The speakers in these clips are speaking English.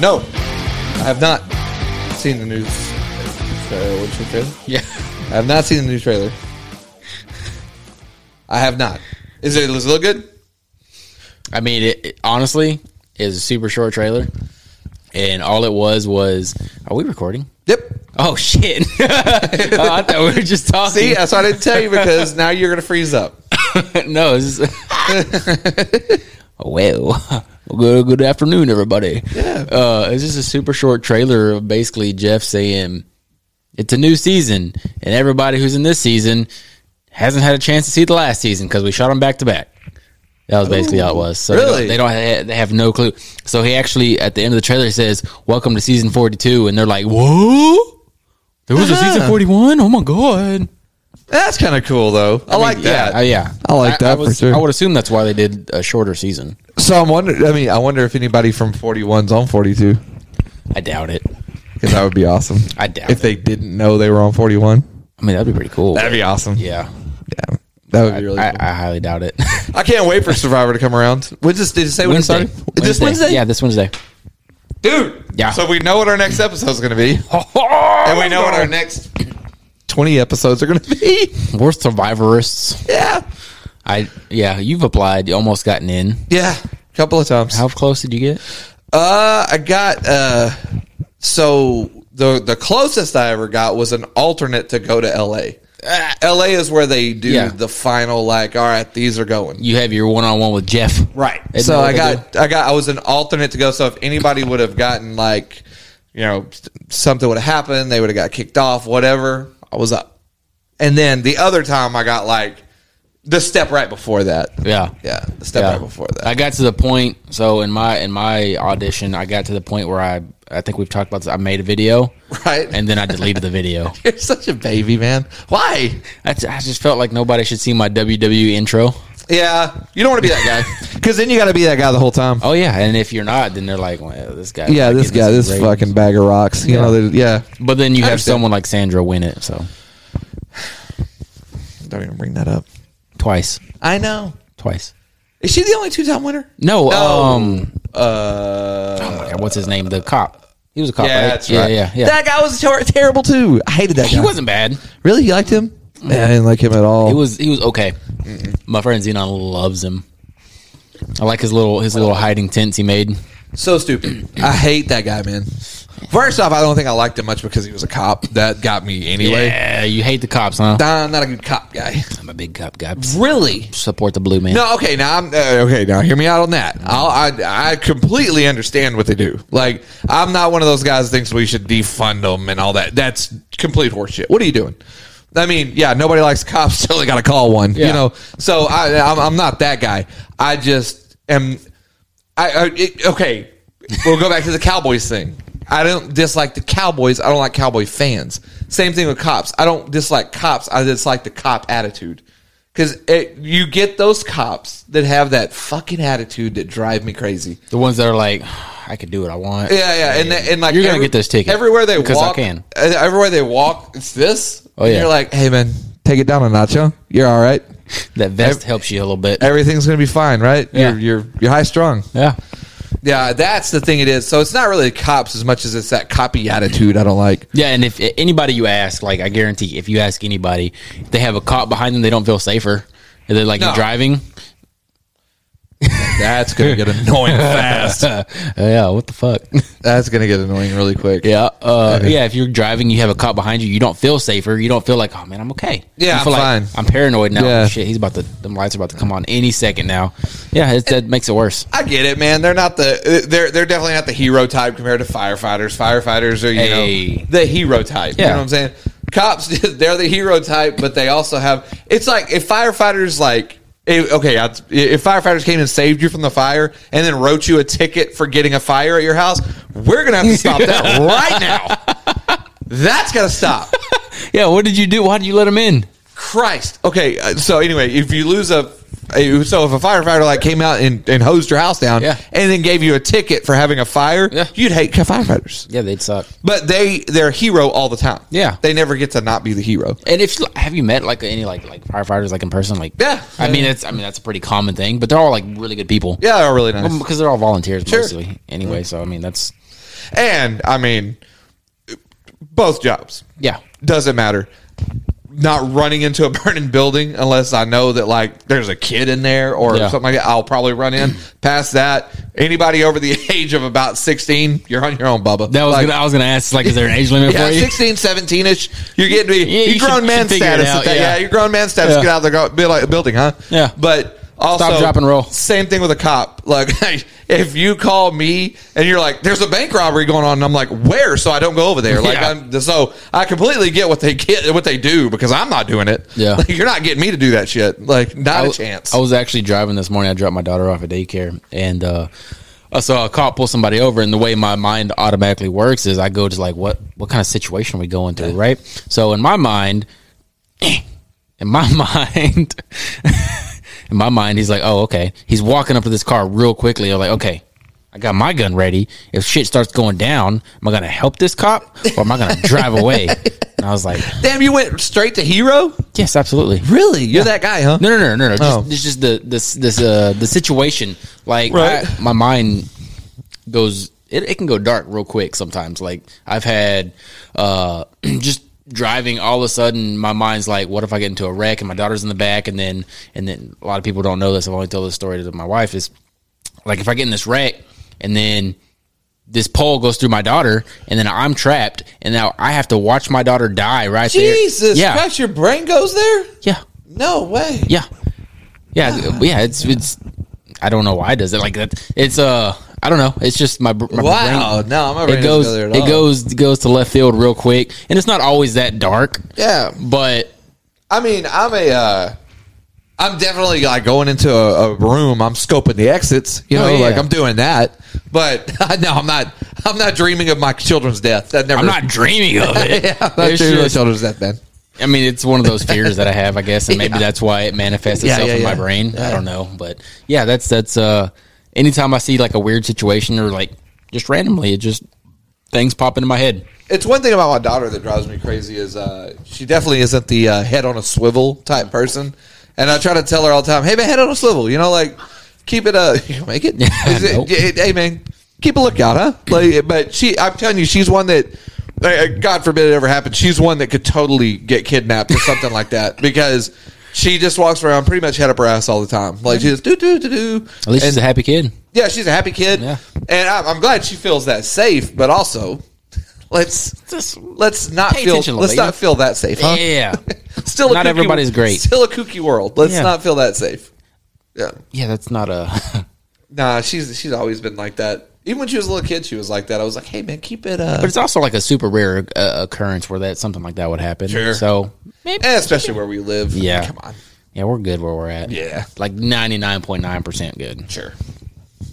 No, I have not seen the new trailer. What's your trailer? Yeah. I have not seen the new trailer. I have not. Is it, does it look good? I mean, it, it honestly is a super short trailer, and all it was was. Are we recording? Yep. Oh shit! Oh, I thought we were just talking. See, that's why I didn't tell you because now you're gonna freeze up. no, it's well, good, good afternoon, everybody. Yeah. Uh, it's just a super short trailer of basically Jeff saying it's a new season, and everybody who's in this season hasn't had a chance to see the last season because we shot them back to back. That was basically how it was. So really? they don't, they don't ha- they have no clue. So he actually at the end of the trailer says, "Welcome to season 42," and they're like, "Whoa." There was a season Uh-huh. 41? Oh my God. That's kind of cool though. I, like Yeah, that. uh, yeah. I like that for was- sure. I would assume that's why they did a shorter season. so I'm wonder. I mean, I wonder if anybody from 41's on 42 I doubt it. because that would be awesome. I doubt if it. they didn't know they were on 41. I mean, that'd be pretty cool. That'd be awesome. yeah, Yeah. That would be really. I, cool. I highly doubt it. I can't wait for Survivor to come around. When this, did you say when it started? This Wednesday? yeah, this Wednesday. Dude. Yeah. So we know what our next episode is going to be. And we know what our next 20 episodes are going to be. We're survivorists. Yeah. I yeah, you've applied. You almost gotten in. Yeah. A couple of times. How close did you get? Uh, I got, uh, so the, the closest I ever got was an alternate to go to LA. LA is where they do Ah. Yeah. the final, like, all right, these are going. You have your one on one with Jeff. Right. Isn't so that what I they got, I got, I was an alternate to go. So if anybody would have gotten like, you know, s- something would have happened, they would have got kicked off, whatever. I was up. And then the other time I got like the step right before that. Yeah. Yeah. The step right before that. I got to the point. So in my in my audition, I got to the point where I I think we've talked about this. I made a video, right. and then I deleted the video. you're such a baby, man. Why? I, I just felt like nobody should see my WWE intro. Yeah. You don't want to be that guy. Because then you got to be that guy the whole time. Oh yeah, and if you're not, then they're like, well, this guy. yeah. This getting guy, his this ratings. fucking bag of rocks. You Yeah. know, they- yeah. But then you I have understand. someone like Sandra win it, so Don't even bring that up. twice, I know. twice. Is she the only two time winner? No, No. um, Uh, oh my God, what's his name? The cop. He was a cop, Yeah, right? that's yeah, right. yeah, yeah. That guy was ter- terrible too. I hated that he guy. wasn't bad. really. You liked him? Man, I didn't like him at all. He was he was okay. My friend Xenon loves him. I like his little his little hiding tents he made. so stupid. I hate that guy, man. First off, I don't think I liked him much because he was a cop. That got me anyway. Yeah, you hate the cops, huh? Nah, I'm not a good cop guy. I'm a big cop guy. Really? Support the blue man. No. Okay. Now I'm uh, okay. Now hear me out on that. I'll, I I completely understand what they do. Like I'm not one of those guys that thinks we should defund them and all that. That's complete horseshit. What are you doing? I mean, yeah, nobody likes cops. So they got to call one. You Yeah. know. So I I'm, I'm not that guy. I just am. I, I it, okay. We'll go back to the Cowboys thing. I don't dislike the Cowboys. I don't like Cowboy fans. Same thing with cops. I don't dislike cops. I dislike the cop attitude. Because you get those cops that have that fucking attitude that drive me crazy. The ones that are like, I could do what I want. Yeah, yeah, and they- and like You're gonna get this ticket everywhere they because I walk. can. uh, Everywhere they walk, it's this. Oh, And yeah. you're like, hey man, take it down a nacho. You're all right. That vest helps you a little bit. Everything's gonna be fine, right? Yeah. You're you're you're high strung. yeah. Yeah, that's the thing. It is. So it's not really the cops as much as it's that copy attitude. I don't like. Yeah, and if anybody you ask, like I guarantee, if you ask anybody, if they have a cop behind them, they don't feel safer. If they're like No. driving. That's gonna get annoying fast. yeah, what the fuck? That's gonna get annoying really quick. yeah, uh, yeah. If you're driving, you have a cop behind you. You don't feel safer. You don't feel like, oh man, I'm okay. Yeah, You feel I'm like, fine. I'm paranoid now. Yeah. Shit, he's about to. The lights are about to come on any second now. Yeah, it's, that makes it worse. I get it, man. They're not the they're they're definitely not the hero type compared to firefighters. Firefighters are you Hey. know the hero type. You Yeah. know what I'm saying? Cops, they're the hero type, but they also have. It's like if firefighters like. eh, okay, I- if firefighters came and saved you from the fire and then wrote you a ticket for getting a fire at your house, we're gonna have to stop that right now. That's gotta stop. Yeah, what did you do? Why did you let him in? Christ. Okay. uh, So anyway, if you lose a, a- so if a firefighter like came out and, and hosed your house down, Yeah. and then gave you a ticket for having a fire, Yeah. you'd hate firefighters. Yeah, they'd suck. But they they're a hero all the time. Yeah. they never get to not be the hero. And if have you met like any like like firefighters like in person like Yeah. I mean that's I mean that's a pretty common thing but they're all like really good people Um, Yeah, they're really nice. Well, because they're all volunteers Sure. mostly anyway so I mean that's And I mean, both jobs Yeah. doesn't matter. Not running into a burning building unless I know that like there's a kid in there or Yeah. something like that. I'll probably run in. Past that, anybody over the age of about 16, you're on your own, Bubba. That was Like, gonna, I was going to ask, like, is there an age limit yeah, for you? 16, 17 ish. You're getting to be Yeah, you you grown should- man should figure it status. at out, that. yeah. Yeah. your grown man status. Yeah. Get out of the gar- be like, building, huh? Yeah. But also, drop, and roll. Same thing with a cop. Like, if you call me and you're like, "There's a bank robbery going on," and I'm like, "Where?" So I don't go over there. Like, Yeah. I'm, so I completely get what they get, what they do because I'm not doing it. Yeah. Like, you're not getting me to do that shit. Like, not a I- chance. I was actually driving this morning. I dropped my daughter off at daycare, and uh, I saw a cop pull somebody over. And the way my mind automatically works is I go to like, what what kind of situation are we going through, right? So in my mind, in my mind, in my mind, he's like, oh, okay. He's walking up to this car real quickly. I'm like, okay. I got my gun ready. If shit starts going down, am I gonna help this cop or am I gonna drive away? And I was like, Damn, you went straight to hero. "Yes, absolutely." Really? You're that guy, huh? No, no, no, no, no. Just, Oh. It's just the this this uh the situation. Like Right. I- my mind goes. It, it can go dark real quick sometimes. Like I've had uh just driving all of a sudden my mind's like what if i get into a wreck and my daughter's in the back and then and then a lot of people don't know this i've only told this story to my wife is like if i get in this wreck and then this pole goes through my daughter and then i'm trapped and now i have to watch my daughter die right there Jesus yeah Christ, your brain goes there. yeah No way. yeah, yeah, yeah. It's it's. I don't know why it does it like that. It's uh, I don't know. It's just my, br- my Wow. brain- No, my brain doesn't It goes. go there at it all. goes goes to left field real quick, and it's not always that dark. Yeah. But I mean, I'm a, uh, I'm definitely like going into a, a room. I'm scoping the exits. You know, Oh, yeah. like I'm doing that. But no, I'm not. I'm not dreaming of my children's death. That never. I'm not dreaming of it. Yeah, I'm not It's dreaming of just- children's death, man. I mean, it's one of those fears that I have, I guess, and maybe Yeah. that's why it manifests Yeah, itself yeah, in yeah. my brain. Yeah. I don't know, but yeah, that's that's uh. Anytime I see like a weird situation or like just randomly, it just things pop into my head. It's one thing about my daughter that drives me crazy is uh, she definitely isn't the uh, head on a swivel type person, and I try to tell her all the time, "Hey man, head on a swivel." You know, like keep it. Uh, you make it. Is it- Nope. hey man, keep a lookout, huh? Like, but she, I'm telling you, she's one that, uh, God forbid it ever happened. She's one that could totally get kidnapped or something like that because she just walks around pretty much head up her ass all the time. Like she just do do do do. At least she's And- a happy kid. yeah, she's a happy kid, Yeah. and I'm, I'm glad she feels that safe. But also, let's Just let's not pay feel let's attention, Lena. not feel that safe, huh? Yeah. Still, a Not kooky- everybody's great. Still a kooky world. Let's Yeah. not feel that safe. Yeah, yeah, that's not a. nah, she's she's always been like that. Even when she was a little kid, she was like that. I was like, hey man, keep it. Uh, But it's also like a super rare uh, occurrence where that something like that would happen. Sure. So maybe. eh, especially where we live. Yeah. come on. Yeah, we're good where we're at. Yeah. Like ninety nine point nine percent good. Sure,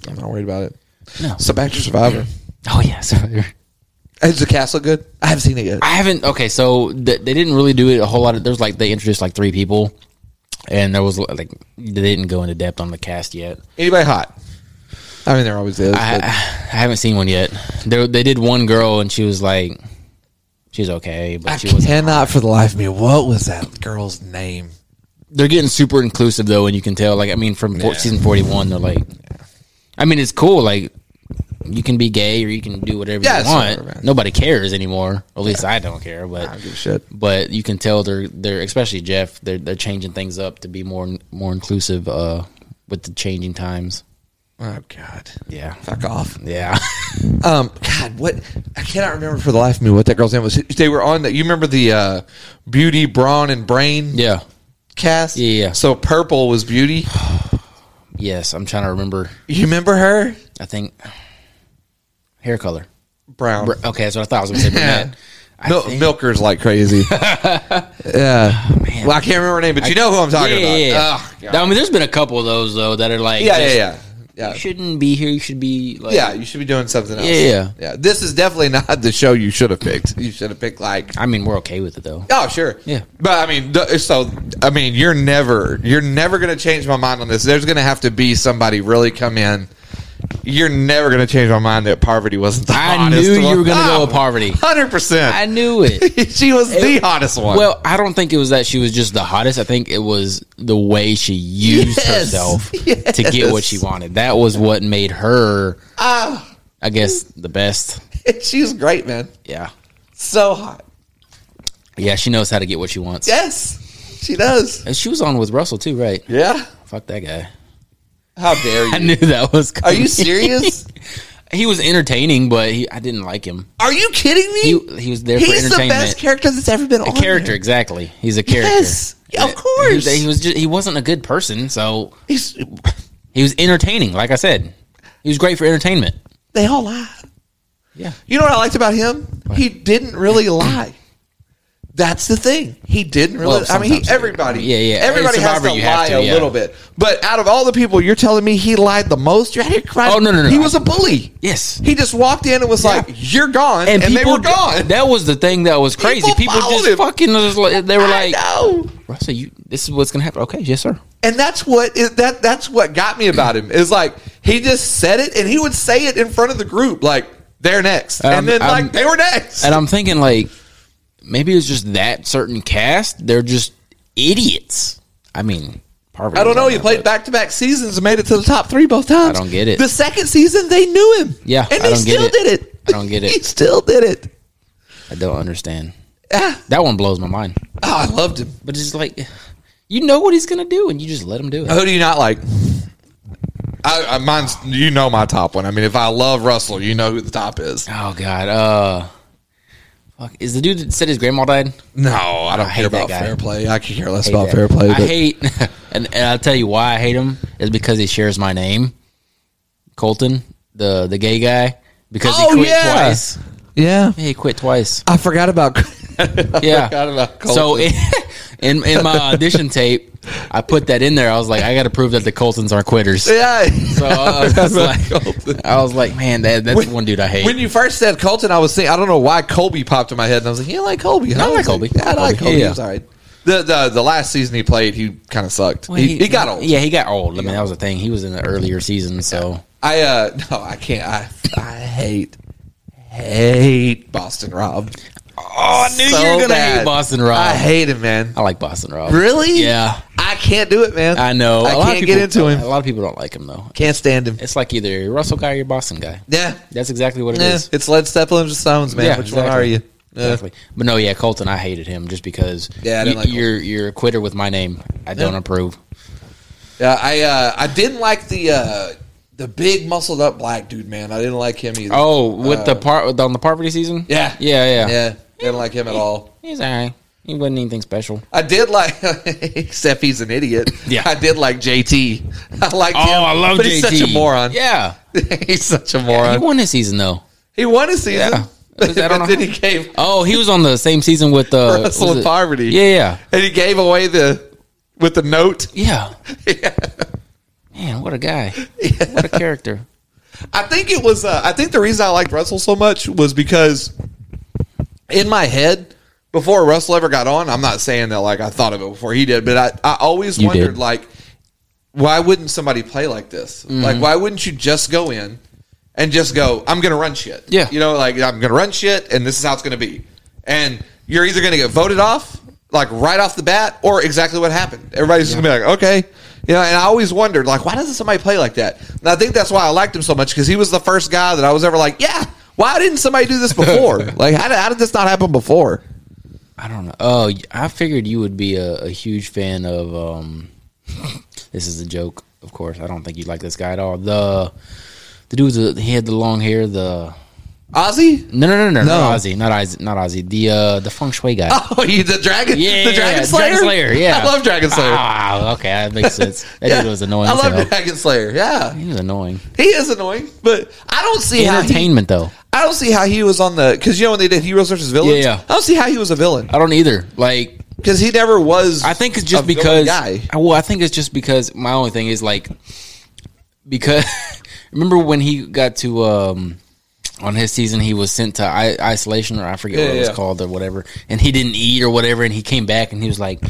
I'm not worried about it. No. So back to Survivor. Oh yeah. So Is the castle good? I haven't seen it yet. I haven't. Okay, so th- they didn't really do it a whole lot. Of, there's like they introduced like three people, and there was like they didn't go into depth on the cast yet. Anybody hot? I mean, there always is. I, but- I haven't seen one yet. There, they did one girl, and she was like, she's okay, but she was. cannot for the life of me. What was that girl's name? they're getting super inclusive though, and you can tell. Like, I mean, from four, Yeah. season forty-one, they're like, I mean, it's cool. Like, you can be gay or you can do whatever Yeah, you it's want. whatever, man. Nobody cares anymore. At least I don't care. I But don't give a shit. but you can tell they're they're especially Jeff. They're they're changing things up to be more more inclusive uh, with the changing times. Oh God. Yeah, Fuck off. yeah. Um, God, what? I cannot remember for the life of me what that girl's name was. They were on that. You remember the uh, Beauty, Brawn, and Brain Yeah. cast? Yeah, yeah. So Purple was Beauty. Yes, I'm trying to remember. You remember her? I think hair color. Brown. Br- Okay, that's what I thought. I was going to say Yeah. brunette. I Mil- think- Oh, Milker's like crazy. yeah. Well, I can't remember her name, but you know who I'm talking yeah, about. yeah, yeah. Ugh, God. I mean, there's been a couple of those though that are like, yeah, just, yeah, yeah. You Yeah. shouldn't be here. You should be like, Yeah, you should be doing something else. Yeah, yeah. yeah. This is definitely not the show you should have picked. You should have picked like I mean, we're okay with it though. Oh sure, Yeah. But I mean, th- so I mean, you're never you're never going to change my mind on this. There's going to have to be somebody really come in. You're never going to change my mind that poverty wasn't the I hottest knew you one. Ah, were gonna go with Parvati. Hundred I percent. knew it. She was the hottest one. well, I don't think it was that she was just the hottest. I think it was the way she used Yes. herself Yes. to get what she wanted. That was what made her, I guess, the best. Ah, She's great, man. Yeah. So hot. Yeah, she knows how to get what she wants. Yes, she does. And she was on with Russell too, right? Yeah. Fuck that guy. How dare I you? knew that was Are coming. you serious? he was entertaining, but he, I didn't like him. Are you kidding me? He he was there for He's the entertainment. best character that's ever been on. a character, exactly. He's a character. Yes. Yeah, of course. He, he was just, he wasn't a good person, so there. He's- he was entertaining, like I said. He was great for entertainment. they all lie. Yeah. You know what I liked about him? He didn't really lie. That's the thing. He didn't really. Well, I mean, sometimes- he, everybody. Yeah, yeah. Everybody In has Survivor, to you have lie to, a yeah. little bit. But out of all the people, you're telling me he lied the most. You're out here crying. Oh, no, no, no. He was a bully. Yes. He just walked in and was like, "You're gone," and, they were gone. That was the thing that was crazy. People People, followed just him. fucking was like- they were like, I know. Russell, you this is what's gonna happen. Okay, yes, sir. and that's what is, that that's what got me about him is like he just said it and he would say it in front of the group like they're next Um, and then um, like they were next And I'm thinking like maybe it was just that certain cast. They're just idiots. I mean, Parvati I don't was know. on You that, played but- back to back seasons and made it to the top three both times. I don't get it. The second season, they knew him. Yeah, and I he don't get still it. did it. I don't get it. he still did it. I don't understand. Ah, That one blows my mind. oh, I loved him. But it's like you know what he's gonna do, and you just let him do it. Who do you not like? I, I mine's you know my top one. I mean, if I love Russell, you know who the top is. Oh God. Uh, fuck. Is the dude that said his grandma died? Oh, No, I don't I hate care about that guy. fair play. I could care less hate about that. fair play. I but- hate, and, and I'll tell you why I hate him is because he shares my name, Colton, the the gay guy, because Oh, he quit yeah. twice. yeah, He quit twice. I forgot about. Yeah. forgot about Colton. So in, in in my audition tape, I put that in there. I was like, I got to prove that the Coltons are quitters. So yeah. uh, I was, just About Colton. like, I was like, man, that, that's one dude I hate. When you first said Colton, I was thinking I don't know why Colby popped in my head, and I was like, "You like Colby? Huh? I like Colby. Yeah, I like Colby. Yeah. He was all right." The, the the last season he played, he kind of sucked. Well, he, he got old. Yeah, he got old. I mean, that was the thing. He was in the earlier season, so I uh no, I can't. I I hate hate Boston Rob. oh, I knew you were gonna hate Boston Rob. I I, hate him, man. like Boston Rob. Really? Yeah, I can't do it, man. I know. I A lot of can't people- get into A him. lot of people don't like him though. Can't stand him. It's like either you're a Russell guy or you're a Boston guy. Yeah, That's exactly what it is. yeah. It's Led Zeppelin or Stones, man. Yeah, Which exactly. one are you? Yeah. Exactly. But no, yeah, Colton, I hated him just because Yeah, I didn't like you, Colton. you're you're a quitter with my name. I don't Yeah. approve. Yeah, I uh, I didn't like the uh, the big muscled up black dude, man. I didn't like him either. Oh, with Uh, the part on the poverty season? Yeah. Yeah, yeah. yeah, didn't like him at all. He's all right. He wasn't anything special. I did like, except he's an idiot. Yeah. Oh, I did like JT. Oh, I like. him, but He's such a moron. Yeah. he's such a He moron. won his season though. He won a season, Yeah. but Was that on a- then he gave Oh, he was on the same season with uh, Russell was and it- Poverty. Yeah, yeah. and he gave away the with the note. Yeah. Yeah. Man, what a guy. What a character. I think it was. Uh, I think the reason I liked Russell so much was because in my head, before Russell ever got on, I'm not saying that like I thought of it before he did, but I, I always You wondered did. like, why wouldn't somebody play like this? Mm-hmm. Like, why wouldn't you just go in and just go? I'm gonna run shit. Yeah. you know, like I'm gonna run shit, and this is how it's gonna be. And you're either gonna get voted off like right off the bat, or exactly what happened. Everybody's just gonna be like, okay. You know, and I always wondered, like, why doesn't somebody play like that? And I think that's why I liked him so much because he was the first guy that I was ever like, yeah, why didn't somebody do this before? like, how did, how did this not happen before? I don't know. Oh, I figured you would be a, a huge fan of. Um, this is a joke, of course. I don't think you'd like this guy at all. The the dude, with the, he had the long hair. The Ozzy? no, no, no, no, No. not Ozzy, not Ozzy, not Ozzy. The uh, the feng shui guy. Oh, you the dragon, the dragon slayer. Yeah, I love dragon slayer. Ah, okay, that makes sense. That Yeah. dude was annoying. I as love hell. dragon slayer. Yeah, He was annoying. he is annoying, but I don't see how he, Entertainment though, I don't see how he was on the because you know when they did heroes versus villains. Yeah, yeah. I don't see how he was a villain I don't either. Like because he never was. I think it's a just villain because. guy. I- Well, I think it's just because my only thing is like because remember when he got to um on his season he was sent to I- isolation or I forget Yeah, what it was yeah. called or whatever, and he didn't eat or whatever, and he came back and he was like.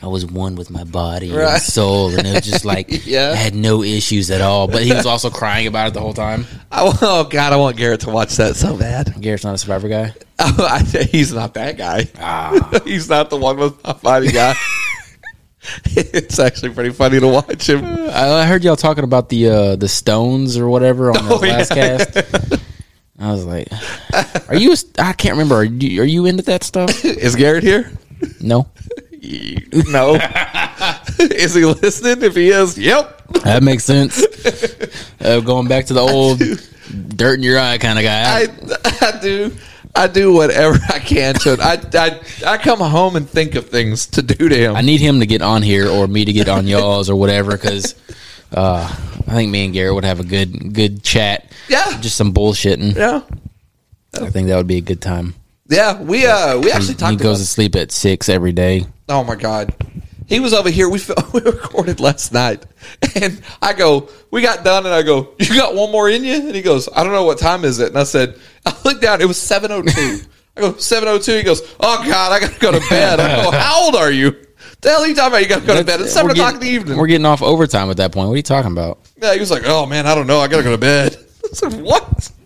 I was one with my body Right. and soul, and it was just like Yeah. I had no issues at all. But he was also crying about it the whole time. I, oh god, I want Garrett to watch that so bad. Garrett's not a survivor guy. I, he's not that guy. Ah, he's not the one with my body guy. it's actually pretty funny to watch him. I I heard y'all talking about the uh, the stones or whatever on the Oh, yeah. last cast. I was like, "Are you? a st- I can't remember. Are you, are you into that stuff? Is Garrett here? No. No. is he listening? If he is, yep. That makes sense. Uh, going back to the old dirt in your eye kind of guy. I, I do. I do whatever I can to. I, I I come home and think of things to do to him. I need him to get on here or me to get on y'all's or whatever because uh, I think me and Garrett would have a good good chat. Yeah. just some bullshitting. yeah, I think that would be a good time. yeah. We uh we actually He talked goes about. to sleep at six every day. Oh my god, he was over here. We fil- we recorded last night, and I go. We got done, and I go. You got one more in you, and he goes. I don't know what time is it, and I said. I looked down. It was seven oh two. I go seven oh two. He goes. Oh god, I gotta go to bed. I go. How old are you? The hell are you talking about? You gotta go to bed. It's seven uh, We're o'clock in getting- the evening. We're getting off overtime at that point. What are you talking about? Yeah, he was like, "Oh man, I don't know. I gotta go to bed." I said, "What?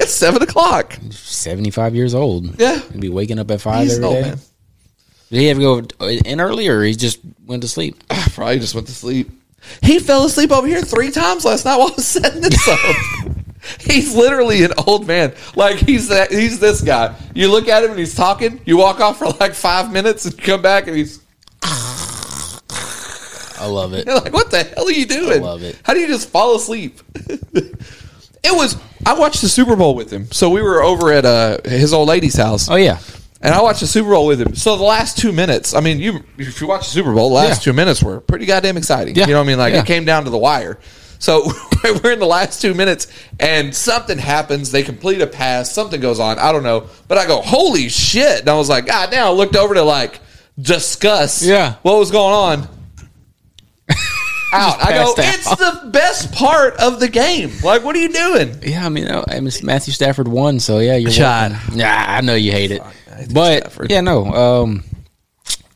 It's seven o'clock." Seventy five years old. Yeah. He'd be waking up at five He's every old day. man. Did he have to go in early or he just went to sleep? I probably just went to sleep. He fell asleep over here three times last night while I was setting this up. he's literally an old man. Like he's that, he's this guy. You look at him and he's talking. You walk off for like five minutes and come back and he's I love it. you're like, "What the hell are you doing? love it. How do you just fall asleep?" it was. I watched the Super Bowl with him, so we were over at uh, his old lady's house. Oh yeah. And I watched the Super Bowl with him. So the last two minutes, I mean, you if you watch the Super Bowl, the last two Yeah. minutes were pretty goddamn exciting. Yeah. You know what I mean? Like Yeah. it came down to the wire. So we're in the last two minutes, and something happens. They complete a pass. Something goes on. I don't know, but I go, "Holy shit!" And I was like, "God damn!" I looked over to like discuss, Yeah. what was going on. out. I go, passed out. "It's the best part of the game." Like, what are you doing? Yeah, I mean, I, I mean, Matthew Stafford won, so yeah, you're John. welcome. Nah, I know you hate it, Matthew but Stafford. yeah, no. Um,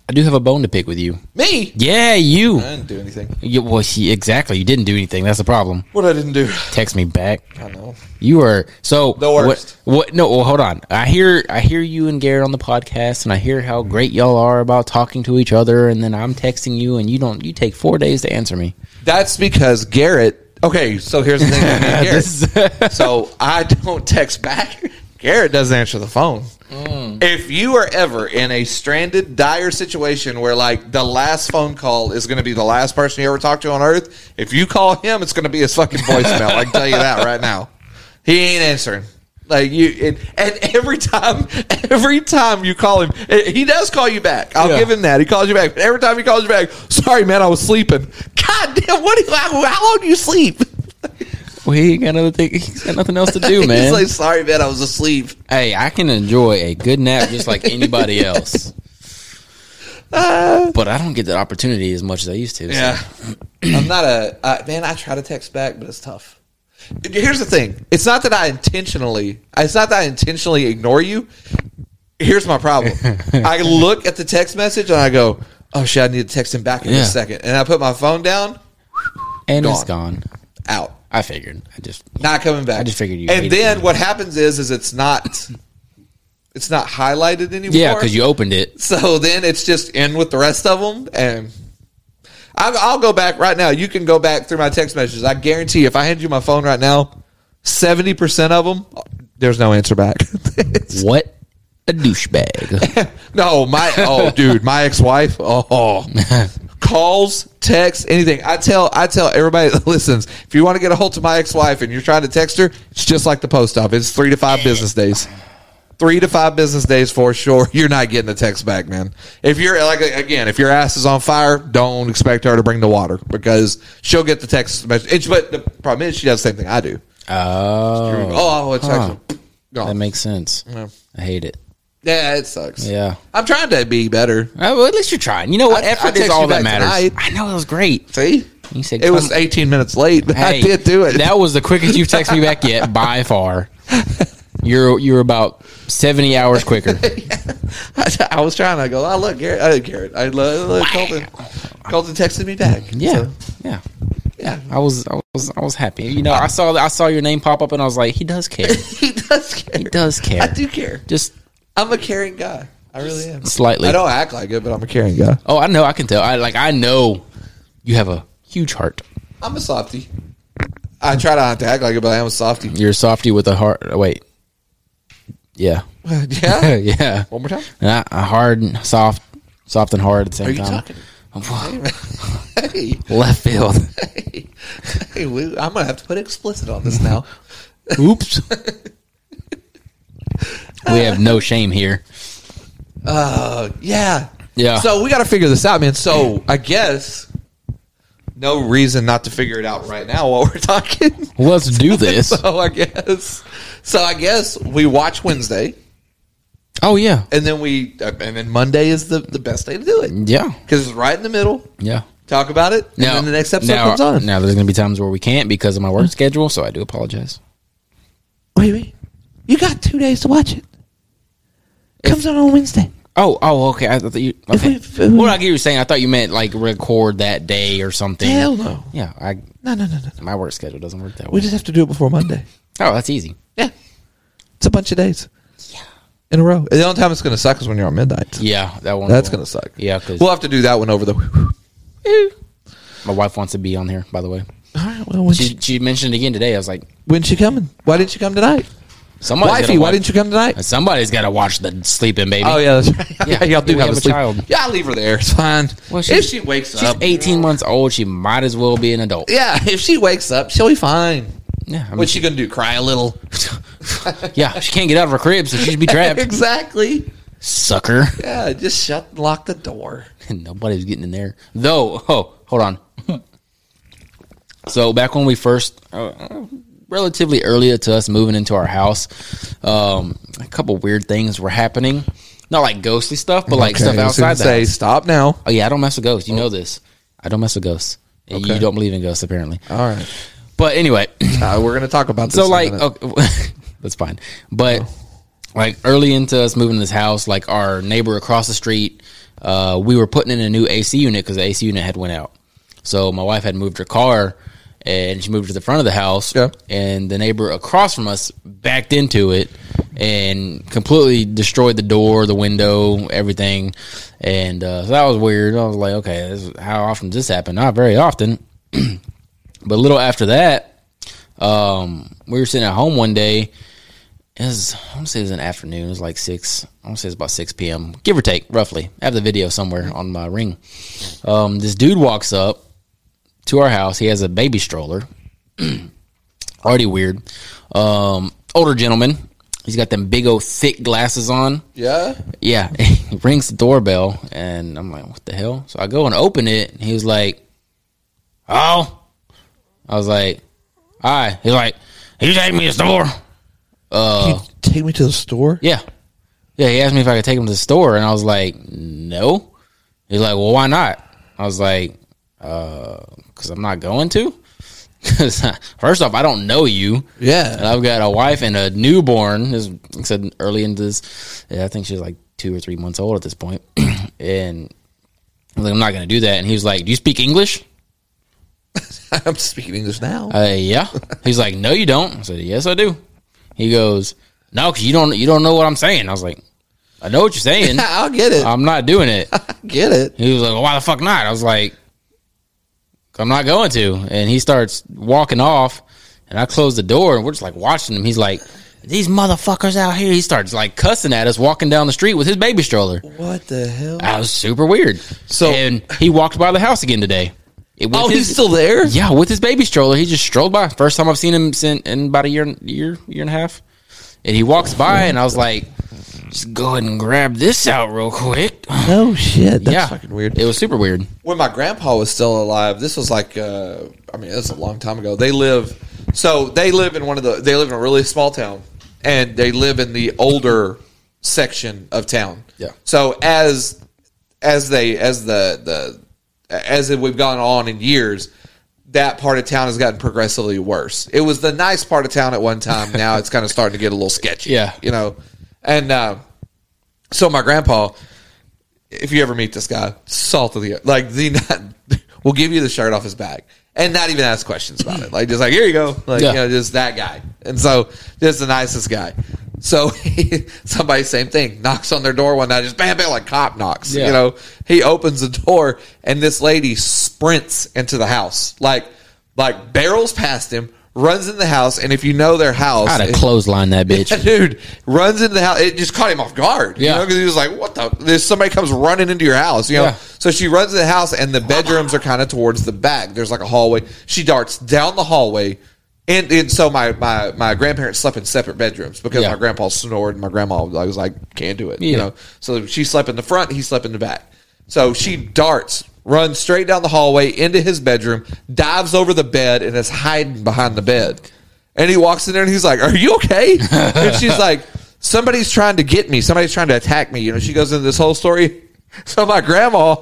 I do have a bone to pick with you. Me? Yeah, you. I didn't do anything. you well, she, exactly. You didn't do anything. That's the problem. What I didn't do? Text me back. I know. You are so The worst. What, what? No, well, hold on. I hear, I hear you and Garrett on the podcast, and I hear how great y'all are about talking to each other. And then I'm texting you, and you don't. You take four days to answer me. That's because Garrett. Okay, so here's the thing. With me and Garrett. so I don't text back. Garrett doesn't answer the phone. If you are ever in a stranded, dire situation where like the last phone call is going to be the last person you ever talk to on Earth, if you call him, it's going to be his fucking voicemail. I can tell you that right now. He ain't answering. Like you, it, and every time, every time you call him, eh, he does call you back. I'll Yeah. give him that. He calls you back. But every time he calls you back, sorry, man, I was sleeping. God damn, what do you, how, how long do you sleep? Well, he ain't got another thing. He's got nothing else to do, man. He's like, sorry, man, I was asleep. Hey, I can enjoy a good nap just like anybody else. but I don't get that opportunity as much as I used to. so- Uh, Yeah. I'm not a, uh, man, I try to text back, but it's tough. Here's the thing it's not that I intentionally, it's not that I intentionally ignore you. Here's my problem I look at the text message and I go, oh shit, I need to text him back in Yeah. a second. And I put my phone down, and it's gone. out. I figured. I just not coming back. I just figured you And hated then it. what happens is, is it's not, it's not highlighted anymore. yeah, because you opened it. So then it's just in with the rest of them, and I'll, I'll go back right now. You can go back through my text messages. I guarantee, if I hand you my phone right now, seventy percent of them, there's no answer back. It's- What a douchebag! no, my oh, dude, my ex-wife. Oh, calls, texts, anything. I tell I tell everybody that listens. If you want to get a hold of my ex-wife and you're trying to text her, it's just like the post office. It's three to five business days. Three to five business days for sure. You're not getting the text back, man. If you're like again, if your ass is on fire, don't expect her to bring the water because she'll get the text message. It's- But the problem is, she does the same thing I do. oh, Oh, it's Huh. actually that gone. makes sense. I hate it. Yeah, it sucks. Yeah. I'm trying to be better. Oh, well, at least you're trying. You know what? I- I Effort text is all you that back matters. tonight. I know it was great. See, You said it was come- 18 minutes late, but I Hey, did do it. That was the quickest you've texted me back yet by far. You're you're about seventy hours quicker. I, I was trying. I go, oh look, Garrett. I, Garrett, I lo- look, Colton. Colton texted me back. Yeah, So, yeah. yeah. I was, I was, I was happy. You know, I saw, I saw your name pop up, and I was like, he does care. he does care. He does care. I do care. Just I'm a caring guy. I really am. slightly. I don't act like it, but I'm a caring guy. oh, I know. I can tell. I like. I know you have a huge heart. I'm a softy. I try not to act like it, but I am a softy. You're a softy with a heart. oh, Wait, Yeah. yeah. yeah. One more time. And I, I hard and soft, soft and hard at the same Are you time. talking? Hey, Left field. hey, hey, we- I'm gonna have to put explicit on this now. Oops. we have no shame here. Uh, yeah, Yeah. So we got to figure this out, man. So I guess no reason not to figure it out right now while we're talking. Let's do this. So I guess, so I guess we watch Wednesday, Oh yeah. and then we, uh, and then Monday is the the best day to do it Yeah. because it's right in the middle. Yeah. Talk about it, and Now, then the next episode now, comes on. Now there's gonna be times where we can't because of my work schedule, so I do apologize. What do you mean? You got two days to watch it. Comes out on Wednesday. Oh, oh, okay. I thought you. Okay. If we- if we- What I get you saying, I thought you meant like record that day or something. Hell no. Yeah, I No, no, no, no. my work schedule doesn't work that We way. just have to do it before Monday. Oh, that's easy. Yeah. It's a bunch of days. In a row. And the only time it's going to suck is when you're on midnight. Yeah, that one. That's will- going to suck. Yeah, because We'll have to do that one over the. my wife wants to be on here. By the way, All right. Well, when's she, she she mentioned it again today. I was like, when's she coming? Why didn't she come tonight? somebody's Wifey, why didn't you come tonight? Somebody's got to watch the sleeping baby. Oh, yeah, that's right. Yeah, Yeah, y'all do we have, have a a sleep. child. Yeah, I'll leave her there. It's fine. Well, if she's- she wakes She's up. 18 months old. She might as well be an adult. Yeah, if she wakes up, she'll be fine. Yeah, I mean, What's she going to do? Cry a little? yeah. She can't get out of her crib, so she'd be trapped. exactly. Sucker. Yeah, just shut and lock the door. Nobody's getting in there. Though, oh, hold on. so back when we first, uh, relatively earlier to us moving into our house, um, a couple weird things were happening. Not like ghostly stuff, but like Okay, stuff I was gonna outside the say, house. stop now. Oh yeah, I don't mess with ghosts. You know this. I don't mess with ghosts. And You Okay. don't believe in ghosts, apparently. All right. But anyway, Uh, we're going to talk about this. so in a like minute. okay, that's fine Oh. but like early into us moving to this house like our neighbor across the street uh, we were putting in a new ac unit because the ac unit had went out so my wife had moved her car and she moved to the front of the house Yeah. and the neighbor across from us backed into it and completely destroyed the door the window everything and uh, so that was weird i was like okay this is, how often does this happen not very often but a little after that um, we were sitting at home one day. It was, I want to say it was an afternoon. It was like six. I want to say it's about six p.m. give or take, roughly. I have the video somewhere on my ring. Um, this dude walks up to our house. He has a baby stroller. Already weird. Um, older gentleman. He's got them big old thick glasses on. yeah. Yeah, he rings the doorbell, and I'm like, "What the hell?" So I go and open it, and he was like, "Oh," I was like, "Hi." He's like, "You take me to the store?" Uh, Take me to the store. Yeah, yeah. He asked me if I could take him to the store, and I was like, "No." He's like, "Well, why not?" I was like, "Because I'm not going to." 'Cause, first off, I don't know you. And Yeah. I've got a wife and a newborn. This, like I said early into this, yeah, I think she's like two or three months old at this point. and I was like, I'm not going to do that. And he was like, Do you speak English? I'm speaking English now. Uh, yeah. He's like, No, you don't. I said, Yes, I do. He goes, No, because you don't, you don't know what I'm saying. I was like, I know what you're saying. I'll get it. I'm not doing it. get it. He was like, well, "Why the fuck not?" I was like, "I'm not going to." And he starts walking off, and I close the door, and we're just like watching him. He's like, "These motherfuckers out here!" He starts like cussing at us, walking down the street with his baby stroller. What the hell? That was super weird. So- and he walked by the house again today. It, with oh, his- he's still there? yeah, with his baby stroller, he just strolled by. First time I've seen him in, in about a year, year, year and a half. And he walks by, and I was like, "Just go ahead and grab this out real quick." Oh, shit. That's yeah, fucking weird. It was super weird. When my grandpa was still alive, this was like, uh, I mean, that's a long time ago. They live, so they live in one of the, they live in a really small town, and they live in the older section of town. Yeah. So as, as they, as the, the, as we've gone on in years, that part of town has gotten progressively worse. It was the nice part of town at one time. Now it's kind of starting to get a little sketchy. Yeah. You know, and uh, so my grandpa, if you ever meet this guy, salt of the earth. Like the not, will give you the shirt off his back and not even ask questions about it. Like just like here you go. Like Yeah. you know, just that guy. And so just the nicest guy. So he, somebody same thing knocks on their door one night, just bam bam like cop knocks. Yeah. You know, he opens the door and this lady sprints into the house like like barrels past him, runs in the house, and if you know their house, I'd have it- clotheslined that bitch. dude runs into the house. It just caught him off guard. Yeah. You know, because he was like, what the? There's somebody comes running into your house, you know? Yeah. So she runs to the house, and the bedrooms are kind of towards the back. There's like a hallway. She darts down the hallway. And, and so my, my, my grandparents slept in separate bedrooms because Yeah. my grandpa snored and my grandma was like, can't do it. You Yeah. know, so she slept in the front, he slept in the back. So she darts, runs straight down the hallway into his bedroom, dives over the bed, and is hiding behind the bed. And he walks in there and he's like, Are you okay? and she's like, Somebody's trying to get me. Somebody's trying to attack me. You know, she goes into this whole story. So my grandma,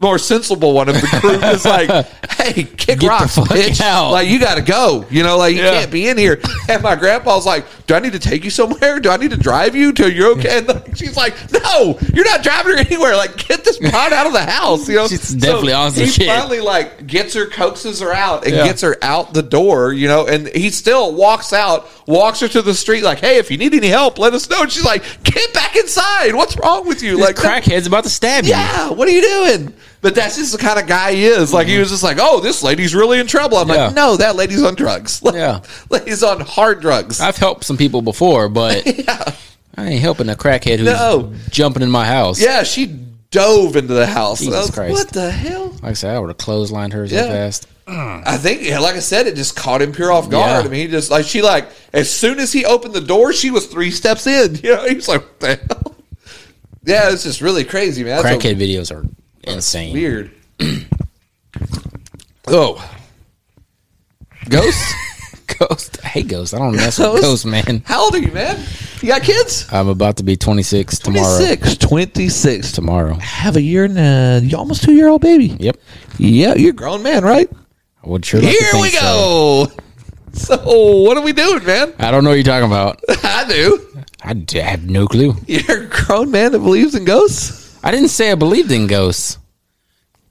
more sensible one of the group, is like, Hey, kick the rocks, fuck bitch. out. Like, you got to go. You know, like, you Yeah. can't be in here. And my grandpa's like, Do I need to take you somewhere? Do I need to drive you till you're okay? And like, she's like, No, you're not driving her anywhere. Like, get this pot out of the house. You know, She's definitely on some he shit. finally like gets her, coaxes her out, and Yeah. gets her out the door. You know, and he still walks out, walks her to the street. Like, hey, if you need any help, let us know. And she's like, Get back inside. What's wrong with you? Like Like, crackhead's about to stab you. yeah, what are you doing? But that's just the kind of guy he is. Like he was just like, oh, this lady's really in trouble. I'm Mm-hmm. Yeah. like, no, that lady's on drugs. Like, Yeah. lady's on hard drugs. I've helped some people before, but yeah, I ain't helping a crackhead who's No. jumping in my house. yeah, she dove into the house. Jesus I was, Christ. What the hell? Like I said, I would have clotheslined her so Yeah. fast. I think, yeah, like I said, it just caught him pure off guard. Yeah. I mean, he just like she like as soon as he opened the door, she was three steps in. You know, he was like, what the hell? Yeah, it's just really crazy, man. That's a- Crackhead videos are insane. weird. oh, ghosts. Ghost. I hate ghosts. I don't mess with Ghosts? ghosts, man. How old are you, man? You got kids? I'm about to be 26 tomorrow. 26. Tomorrow. Have a year and a you almost two year old baby. Yep. Yeah, you're a grown man, right? I would sure like to Here think we so. go. So. what are we doing, man? I don't know what you're talking about. I do. I d- I have no clue. You're a grown man that believes in ghosts. I didn't say I believed in ghosts.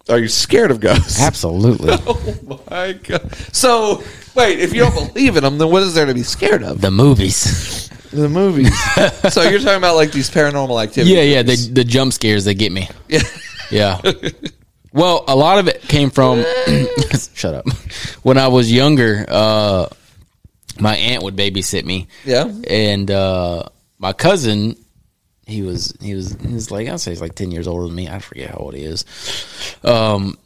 Are you scared of ghosts? Absolutely. Oh my god. So wait, if you don't believe in them, then what is there to be scared of? the movies. The movies. so you're talking about like these paranormal activities. yeah, yeah. The, the jump scares that get me. yeah. Yeah. well, a lot of it came from shut up. When I was younger, uh my aunt would babysit me. Yeah. And uh my cousin, he was he was he was like I'd say he's like ten years older than me. I forget how old he is. Um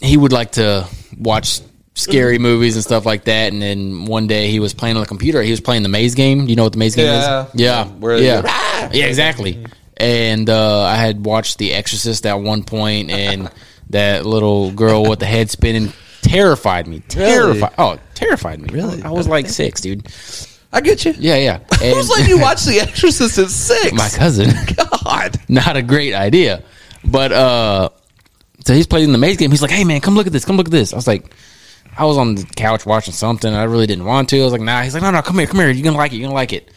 he would like to watch scary movies and stuff like that and then one day he was playing on the computer he was playing the maze game you know what the maze game Yeah. is yeah Where- yeah yeah, exactly. And uh, I had watched The Exorcist at one point, and that little girl with the head spinning terrified me. Terrified. Oh, terrified me. Really? I was like six, dude. I get you. Yeah, yeah. Who's letting you watch The Exorcist at six? my cousin. God. Not a great idea. But uh, so he's playing the maze game. He's like, "Hey, man, come look at this. Come look at this." I was like. I was on the couch watching something. I really didn't want to. I was like, nah. He's like, no, no, come here, come here. You're going to like it. You're going to like it.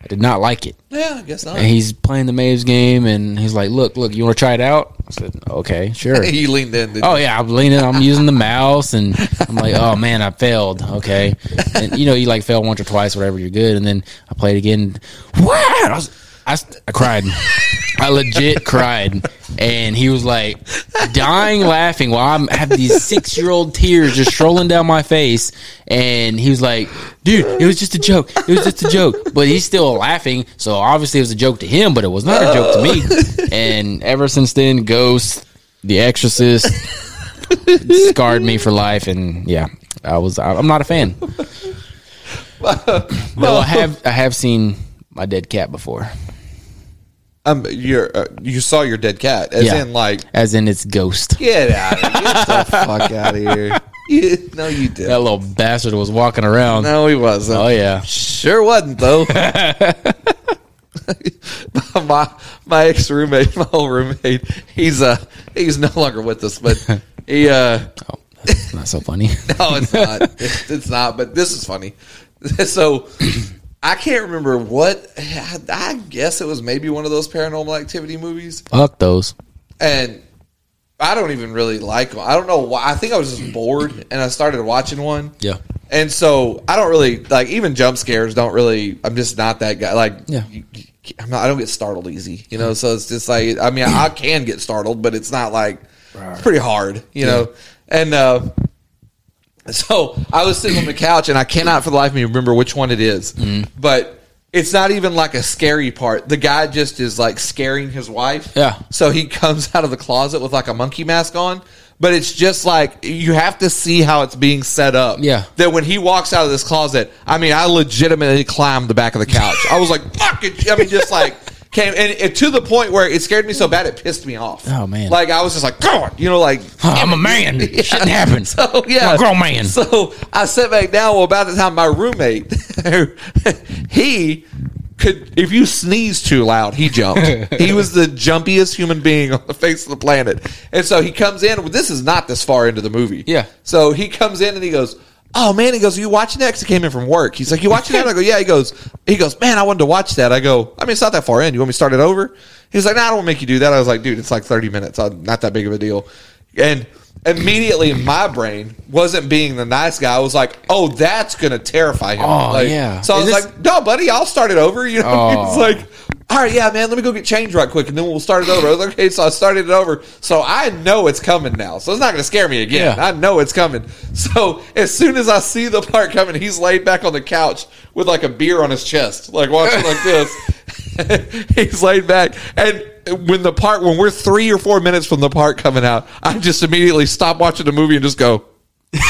I did not like it. Yeah, I guess not. and he's playing the Maves game, and he's like, "Look, look, you want to try it out?" I said, "Okay, sure." He leaned in. didn't oh yeah, I'm leaning, I'm using the mouse, and I'm like, "Oh man, I failed." Okay, and you know, you like fail once or twice, whatever, you're good, and then I played again. What? I, was, I, s- I cried. I legit cried, and he was like dying laughing while I'm I have these six year old tears just rolling down my face, and he was like, "Dude, it was just a joke. It was just a joke." But he's still laughing, so obviously it was a joke to him, but it was not a joke to me. And ever since then, Ghost, The Exorcist, scarred me for life, and yeah, I was I- I'm not a fan. No, I have I have seen my dead cat before, Um, you're, uh, you saw your dead cat. As Yeah. in, like, as in its ghost. get out of here. Get the fuck out of here. You, no, you did. That not little bastard was walking around. No, he wasn't. Oh yeah. Sure wasn't, though. my my ex roommate, my old roommate, he's uh he's no longer with us, but he uh Oh, that's not so funny. No, it's not. It's, it's not. But this is funny. So I can't remember what. I, I guess it was maybe one of those Paranormal Activity movies, Fuck those. and I don't even really like them. I don't know why. I think I was just bored, and I started watching one. Yeah. And so I don't really like even jump scares. Don't really. I'm just not that guy. Like, Yeah. you- you- I'm not. I don't get startled easy. You know. So it's just like. I mean, I can get startled, but it's not like. It's pretty hard. You know. And uh, So I was sitting on the couch, and I cannot for the life of me remember which one it is. Mm-hmm. But it's not even like a scary part. The guy just is like scaring his wife. Yeah. So he comes out of the closet with like a monkey mask on. But it's just like you have to see how it's being set up. Yeah. That when he walks out of this closet, I mean, I legitimately climbed the back of the couch. I was like, fuck it. I mean, just like came and, and to the point where it scared me so bad it pissed me off. Oh, man. Like I was just like, God, you know, like I'm a man. Shit happens. so yeah, I'm a grown man. So I sat back down. Well, about the time my roommate, he could, if you sneeze too loud, he jumped. he was the jumpiest human being on the face of the planet. And so he comes in. Well, this is not this far into the movie. Yeah. So he comes in and he goes. Oh man, he goes. You watching that? 'Cause he came in from work. He's like, you watching that? I go, yeah. He goes, he goes. Man, I wanted to watch that. I go, I mean, it's not that far in. You want me to start it over? He's like, no, nah, I don't want to make you do that. I was like, dude, it's like thirty minutes. i not that big of a deal. And immediately my brain wasn't being the nice guy. I was like, oh, that's gonna terrify him. Oh, Like, yeah. So I Is was this- like, no, buddy, I'll start it over. You know, Oh. it's like, all right, yeah, man, let me go get change right quick, and then we'll start it over. I was like, okay, so I started it over. So I know it's coming now. So it's not gonna scare me again. Yeah. I know it's coming. So as soon as I see the part coming, he's laid back on the couch with like a beer on his chest, like watching like this. he's laid back and. When the part when we're three or four minutes from the part coming out, I just immediately stop watching the movie and just go,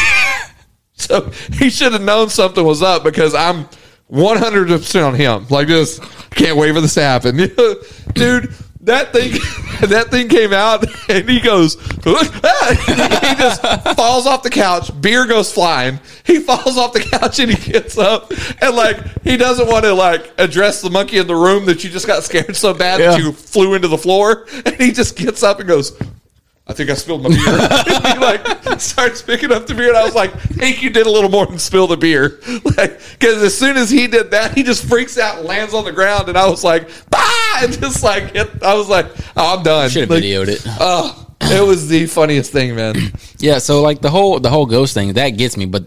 so he should have known something was up because I'm 100% on him. Like this, can't wait for this to happen. Dude, that thing that thing came out and he goes "Ah!" he just falls off the couch, beer goes flying. He falls off the couch and he gets up and like he doesn't want to like address the monkey in the room that you just got scared so bad that Yeah. you flew into the floor and he just gets up and goes I think I spilled my beer. he like starts picking up the beer, and I was like, "Think you did a little more than spill the beer?" Like, because as soon as he did that, he just freaks out, and lands on the ground, and I was like, "Bah!" and just like hit, I was like, "Oh, I'm done." Should have Like, videoed it. Oh, it was the funniest thing, man. Yeah, so like the whole the whole ghost thing that gets me, but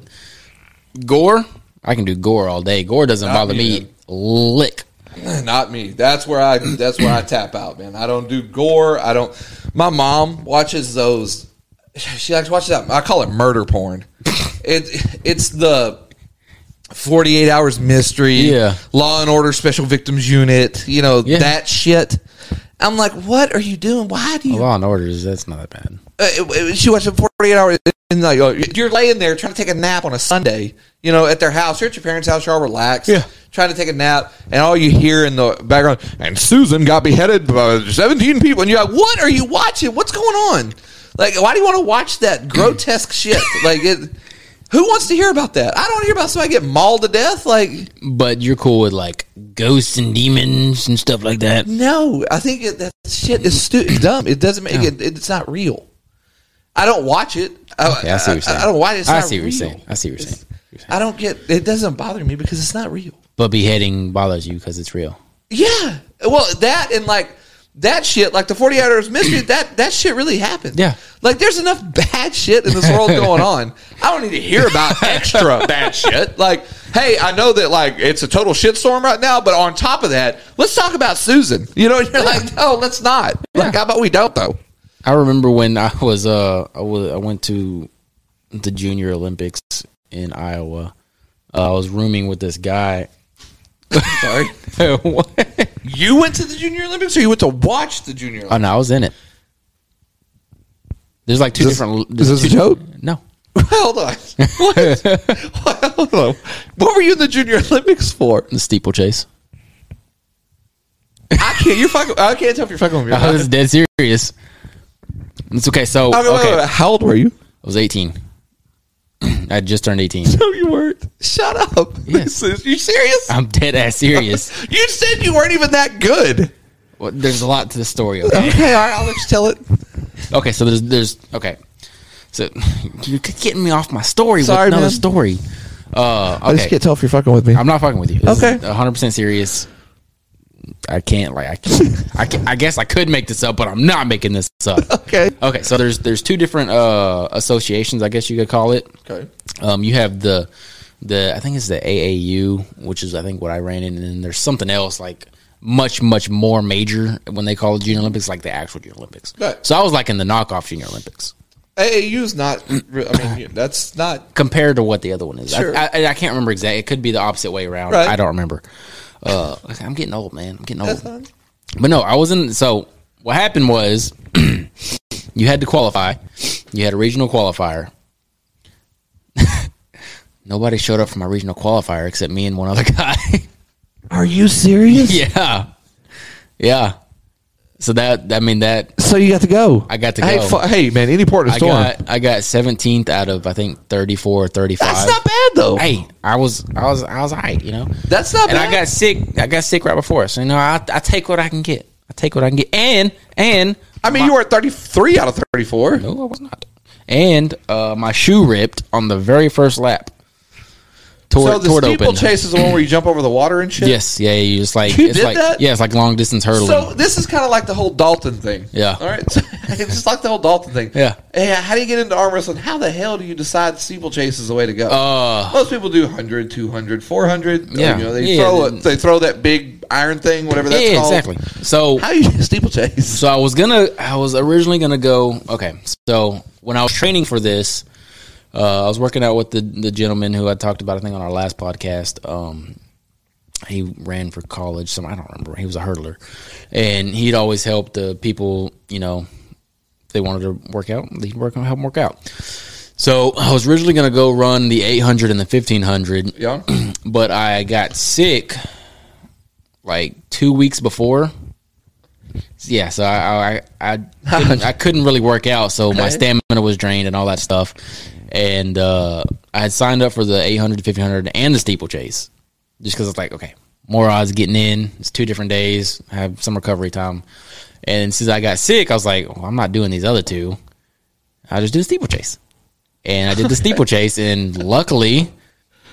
gore, I can do gore all day. Gore doesn't bother me, me man. lick. Not me. That's where I. That's where I tap out, man. I don't do gore. I don't. My mom watches those. She likes to watch that. I call it murder porn. It it's the forty eight hours mystery. Yeah. Law and Order Special Victims Unit. You know Yeah. that shit. I'm like, what are you doing? Why do you Law and orders, that's not that bad. uh, it- it- she watched it 48 hours and like uh, you're laying there trying to take a nap on a sunday you know at their house you're at your parents house you're all relaxed Yeah. trying to take a nap and all you hear in the background and susan got beheaded by 17 people and you're like what are you watching what's going on like why do you want to watch that grotesque shit like it who wants to hear about that i don't want to hear about somebody get mauled to death like But you're cool with like ghosts and demons and stuff like that. No, I think it, that shit is stu- dumb. It doesn't make it, It's not real. I don't watch it. I, Okay, I see what you're saying. I, don't watch it. It's I not see what you're real. saying. I see what you're It's- saying. I don't get. It doesn't bother me because it's not real. But beheading bothers you because it's real. Yeah. Well, that and like that shit, like the Forty Eight Hours Mystery, that that shit really happened. Yeah. Like, there's enough bad shit in this world going on. I don't need to hear about extra bad shit. Like, hey, I know that like it's a total shitstorm right now, but on top of that, let's talk about Susan. You know, you're like, no, let's not. Like, how about we don't though? I remember when I was uh I was I went to the Junior Olympics in Iowa. Uh, I was rooming with this guy. Sorry. What? You went to the Junior Olympics, or you went to watch the Junior Oh Olympics? no, I was in it. There's like two different. is this a joke? No, Hold on. What? Hold on. What were you in the Junior Olympics for? the steeplechase. I can't. You're fucking. I can't tell if you're fucking with me. or I not. was dead serious. It's okay. So Okay, wait, okay, wait, wait. I How old were you? was 18. I just turned 18. No, you weren't. Shut up. Yes. This is- you serious? I'm dead ass serious. You said you weren't even that good. Well, there's a lot to the story. Okay. Okay, all right. I'll let you tell it. Okay, so there's there's okay. So you're getting me off my story Sorry, with another man. story. Uh, okay. I just can't tell if you're fucking with me. I'm not fucking with you. This Okay. is 100% serious. I can't like I can't, I can I guess I could make this up, but I'm not making this up. okay. Okay, so there's there's two different uh associations, I guess you could call it. Okay. Um you have the the I think it's the AAU, which is I think what I ran in, and then there's something else like much much more major when they call the Junior Olympics like the actual Junior Olympics. Right. So I was like in the knockoff Junior Olympics. AAU's not. re- I mean, that's not. compared to what the other one is. I- Sure. I, I, I can't remember exactly. It could be the opposite way around. Right. I don't remember. Uh, I'm getting old, man. I'm getting old. fine. But no, I wasn't. So what happened was you had to qualify. You had a regional qualifier. Nobody showed up for my regional qualifier except me and one other guy. Are you serious? yeah, yeah. So that I mean that So you got to go. I got to go. Hey, fu- hey, man, any port in the I storm. got I got 17th out of I think 34 or 35. That's not bad though. hey, I was, I was, I was alright, you know. that's not And bad. I got sick. I got sick right before, so you know, I, I take what I can get. I take what I can get. And and I mean, you were at 33 out of 34. no, I was not. And uh, my shoe ripped on the very first lap. Tore, so the tore it open. steeplechase is the one where you jump over the water and shit. Yes, yeah, you just like You it's did like that? yeah, it's like long distance hurling. So this is kind of like the whole Dalton thing. Yeah. All right. So, it's just like the whole Dalton thing. Yeah. Hey, how do you get into arm wrestling? How the hell do you decide steeplechase is the way to go? Uh. Most people do 100, 200, 400. Yeah. Oh, You know, they Yeah, throw then- it, they throw that big iron thing, whatever that's yeah, called. exactly. So How do you do steeplechase? So I was gonna, I was originally gonna go. Okay, so when I was training for this, uh, I was working out with the the gentleman who I talked about, I think on our last podcast. Um, he ran for college. Some I don't remember. He was a hurdler, and he'd always help the people. You know, if they wanted to work out, he'd work help them work out. So I was originally gonna go run the 800 and the 1500 Yeah. but I got sick like two weeks before. Yeah, so I I I couldn't, I couldn't really work out, so my stamina was drained and all that stuff. And uh, I had signed up for the 800, 1500, and the steeplechase just because it's like okay, more odds getting in. It's two different days. I have some recovery time. And since I got sick, I was like, well, I'm not doing these other two. I'll just do the steeplechase. And I did the steeplechase, and luckily,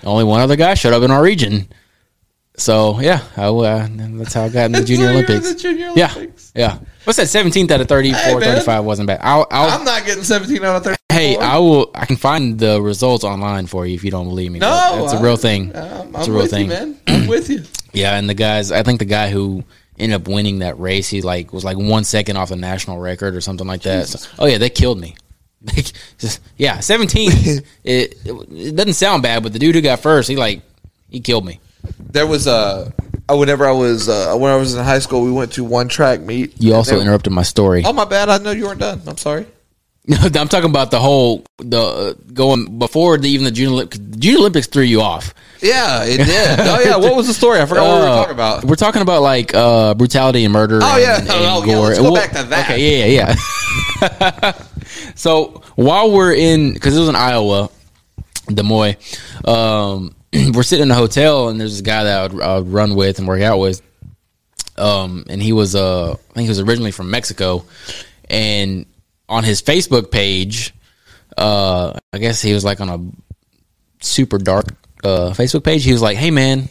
only one other guy showed up in our region. So yeah, I, uh, that's how I got in the That's Junior how you're in Olympics. the Junior Olympics. Yeah, yeah. What's that? Seventeenth out of 34, Hey, man. 35 wasn't bad. I'll, I'll I'm not getting 17 out of 34. hey, I will. I can find the results online for you if you don't believe me. No, that's I- a real thing. I'm, it's I'm a real with thing. you, man. I'm with you. Yeah, and the guys, I think the guy who ended up winning that race, he like was like one second off the national record or something like that. So- oh yeah, they killed me. Like, just- yeah, seventeen. it, it it doesn't sound bad, but the dude who got first, he like he killed me. There was a. Uh, whenever I was uh, when I was in high school, we went to one track meet. You also They- interrupted my story. Oh my bad. I know you weren't done. I'm sorry. No, I'm talking about the whole the uh, going before the, even the Junior Olympics. Junior Olympics threw you off. Yeah, it did. Oh yeah, what was the story? I forgot what we were Uh, talking about. We're talking about like uh, brutality and murder. Oh, and, yeah. and Oh, yeah, gore. let's go back to that. Okay, yeah, yeah. so while we're in, because it was in Iowa, Des Moines, um, we're sitting in a hotel, and there's this guy that I would, I would run with and work out with, um, and he was, uh, I think he was originally from Mexico, and on his Facebook page, uh, I guess he was like on a super dark uh, Facebook page. He was like, "Hey man, you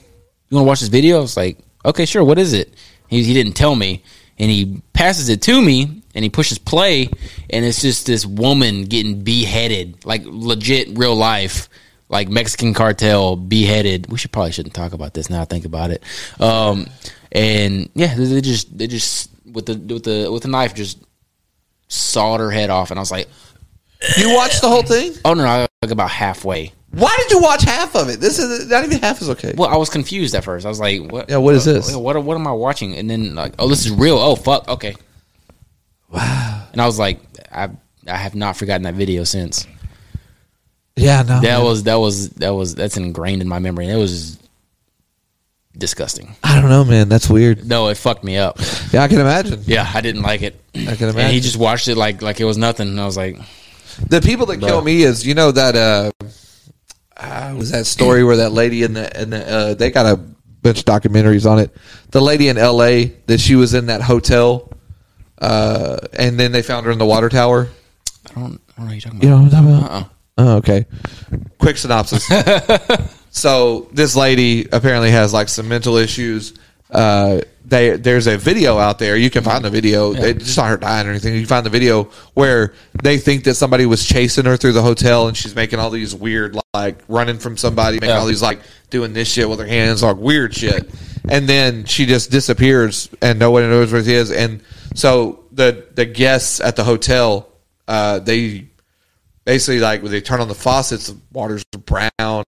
want to watch this video?" I was like, "Okay, sure. What is it?" He, he didn't tell me, and he passes it to me, and he pushes play, and it's just this woman getting beheaded, like legit real life, like Mexican cartel beheaded. We should probably shouldn't talk about this now. I think about it, um, and yeah, they they just they just with the with the with the knife just sawed her head off, and I was like, You watched the whole thing? "Oh no, no!" I was like about halfway. Why did you watch half of it? This is not even half is okay. Well, I was confused at first. I was like, "What? Yeah, what is this? What? What am I watching?" And then like, "Oh, this is real. Oh, fuck. Okay." Wow. And I was like, "I I have not forgotten that video since. Yeah, no. That was that was that was that's ingrained in my memory. It was disgusting. I don't know, man. That's weird. No, it fucked me up. Yeah, I can imagine. Yeah, I didn't like it. I can And he imagine. just watched it like like it was nothing. And I was like, The people that kill me is you know that uh, uh was that story where that lady in the in the uh, they got a bunch of documentaries on it. The lady in L.A. that she was in that hotel, uh, and then they found her in the water tower. I don't, I don't know what you're talking about. You know what I'm talking about? Uh-uh. Oh, okay. Quick synopsis. so this lady apparently has like some mental issues. Uh, they there's a video out there. You can find the video. They just not her dying or anything. You can find the video where they think that somebody was chasing her through the hotel, and she's making all these weird like running from somebody, making Yeah. all these like doing this shit with her hands, like weird shit. And then she just disappears, and no one knows where she is. And so the the guests at the hotel, uh, they basically like when they turn on the faucets, the water's brown and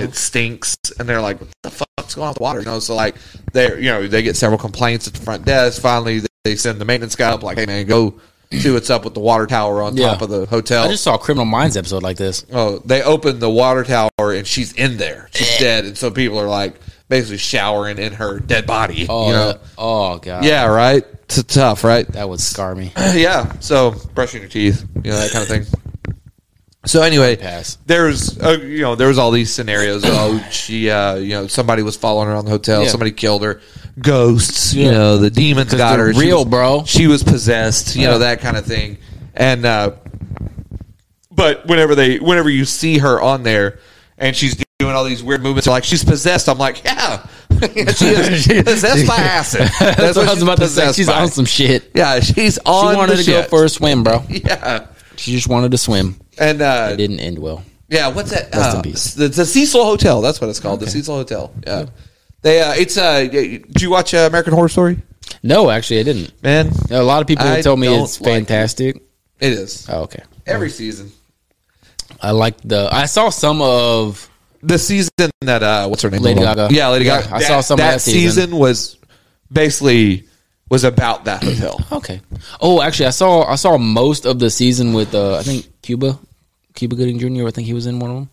it stinks, and they're like, "What the fuck's going on with the water?" You know, so like they are you know they get several complaints at the front desk. Finally, they send the maintenance guy up like, "Hey man, go see what's up with the water tower on Yeah. top of the hotel." I just saw a Criminal Minds episode like this. Oh, they opened the water tower and she's in there. Eh. She's dead, and so people are like basically showering in her dead body. Oh, you know? that- oh god, yeah, right. It's tough, right? that would scar me. yeah. So brushing your teeth, you know that kind of thing. So anyway, Pass. there's uh, you know there was all these scenarios. oh, she uh, you know somebody was following her on the hotel. Yeah. Somebody killed her. Ghosts, you Yeah. know the demons got they're her. She real, was- bro. She was possessed, you Yeah. know that kind of thing. And uh, but whenever they whenever you see her on there and she's doing all these weird movements, like she's possessed. I'm like, yeah, she is possessed by acid. That's, That's what I was she's about to say. possessed She's by. on some shit. Yeah, she's She on. wanted the to go shit. for a swim, bro. Yeah, She just wanted to swim. and uh, It didn't end well. yeah, what's that? Rest in uh, peace. The, the Cecil Hotel. That's what it's called. The Cecil Hotel. Yeah, they. Uh, it's. Uh, y- do you watch uh, American Horror Story? No, actually, I didn't. Man, A lot of people I tell me don't it's like it. fantastic. it is Oh, okay. every season. I like the. I saw some of. The season that uh, what's her name? Lady Hold on. Gaga. Yeah, Lady Yeah, Gaga. I saw some of that season. was basically was about that hotel. Okay. Oh, actually, I saw. I saw most of the season with. Uh, I think Cuba, Cuba Gooding Jr. I think he was in one of them.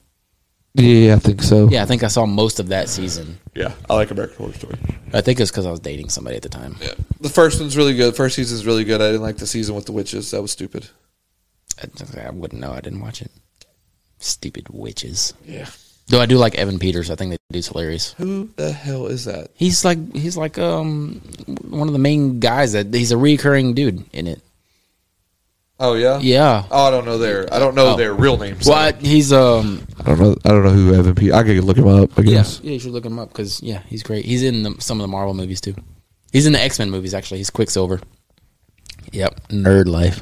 yeah, I think so. Yeah, I think I saw most of that season. yeah, I like American Horror Story. I think it's because I was dating somebody at the time. Yeah, the first one's really good. First season's really good. I didn't like the season with the witches. That was stupid. I, I wouldn't know. I didn't watch it. Stupid witches. Yeah. Though I do like Evan Peters. I think that dude's hilarious. Who the hell is that? He's like he's like um one of the main guys that he's a recurring dude in it. Oh yeah. Yeah. Oh, I don't know their. I don't know Oh. their real names. Well, I, he's um I don't know. I don't know who Evan P. I could look him up. I guess. yeah you should look him up because yeah he's great. He's in the, some of the Marvel movies too. He's in the X Men movies actually. He's Quicksilver. Yep, nerd life.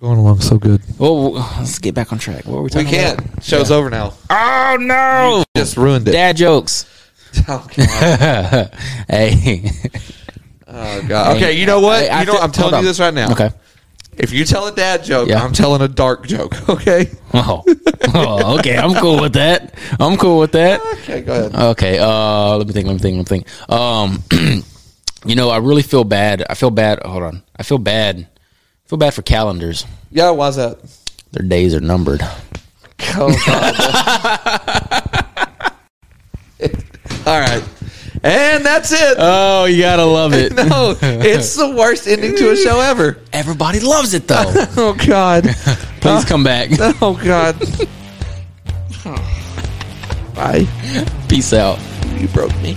Going along so good. Well, let's get back on track. What were we We talking about? can't. Show's over now. Oh no! Just ruined it. Dad jokes. Oh God. hey, Oh, God. Okay. You know what? Hey, I You know what? thi- I'm telling hold you on. this right now. Okay. If you tell a dad joke, Yeah. I'm telling a dark joke. Okay. Oh. oh, okay. I'm cool with that. I'm cool with that. Okay. Go ahead. Okay. Uh, let me think. Let me think. Let me think. Um, you know, I really feel bad. I feel bad. Hold on. I feel bad. I feel bad for calendars. Yeah. Why's that? Their days are numbered. Oh, God. All right. And that's it. Oh, you gotta love it. no, it's the worst ending to a show ever. Everybody loves it though. Oh God. Please come back. Oh God. Bye. Peace out. You broke me.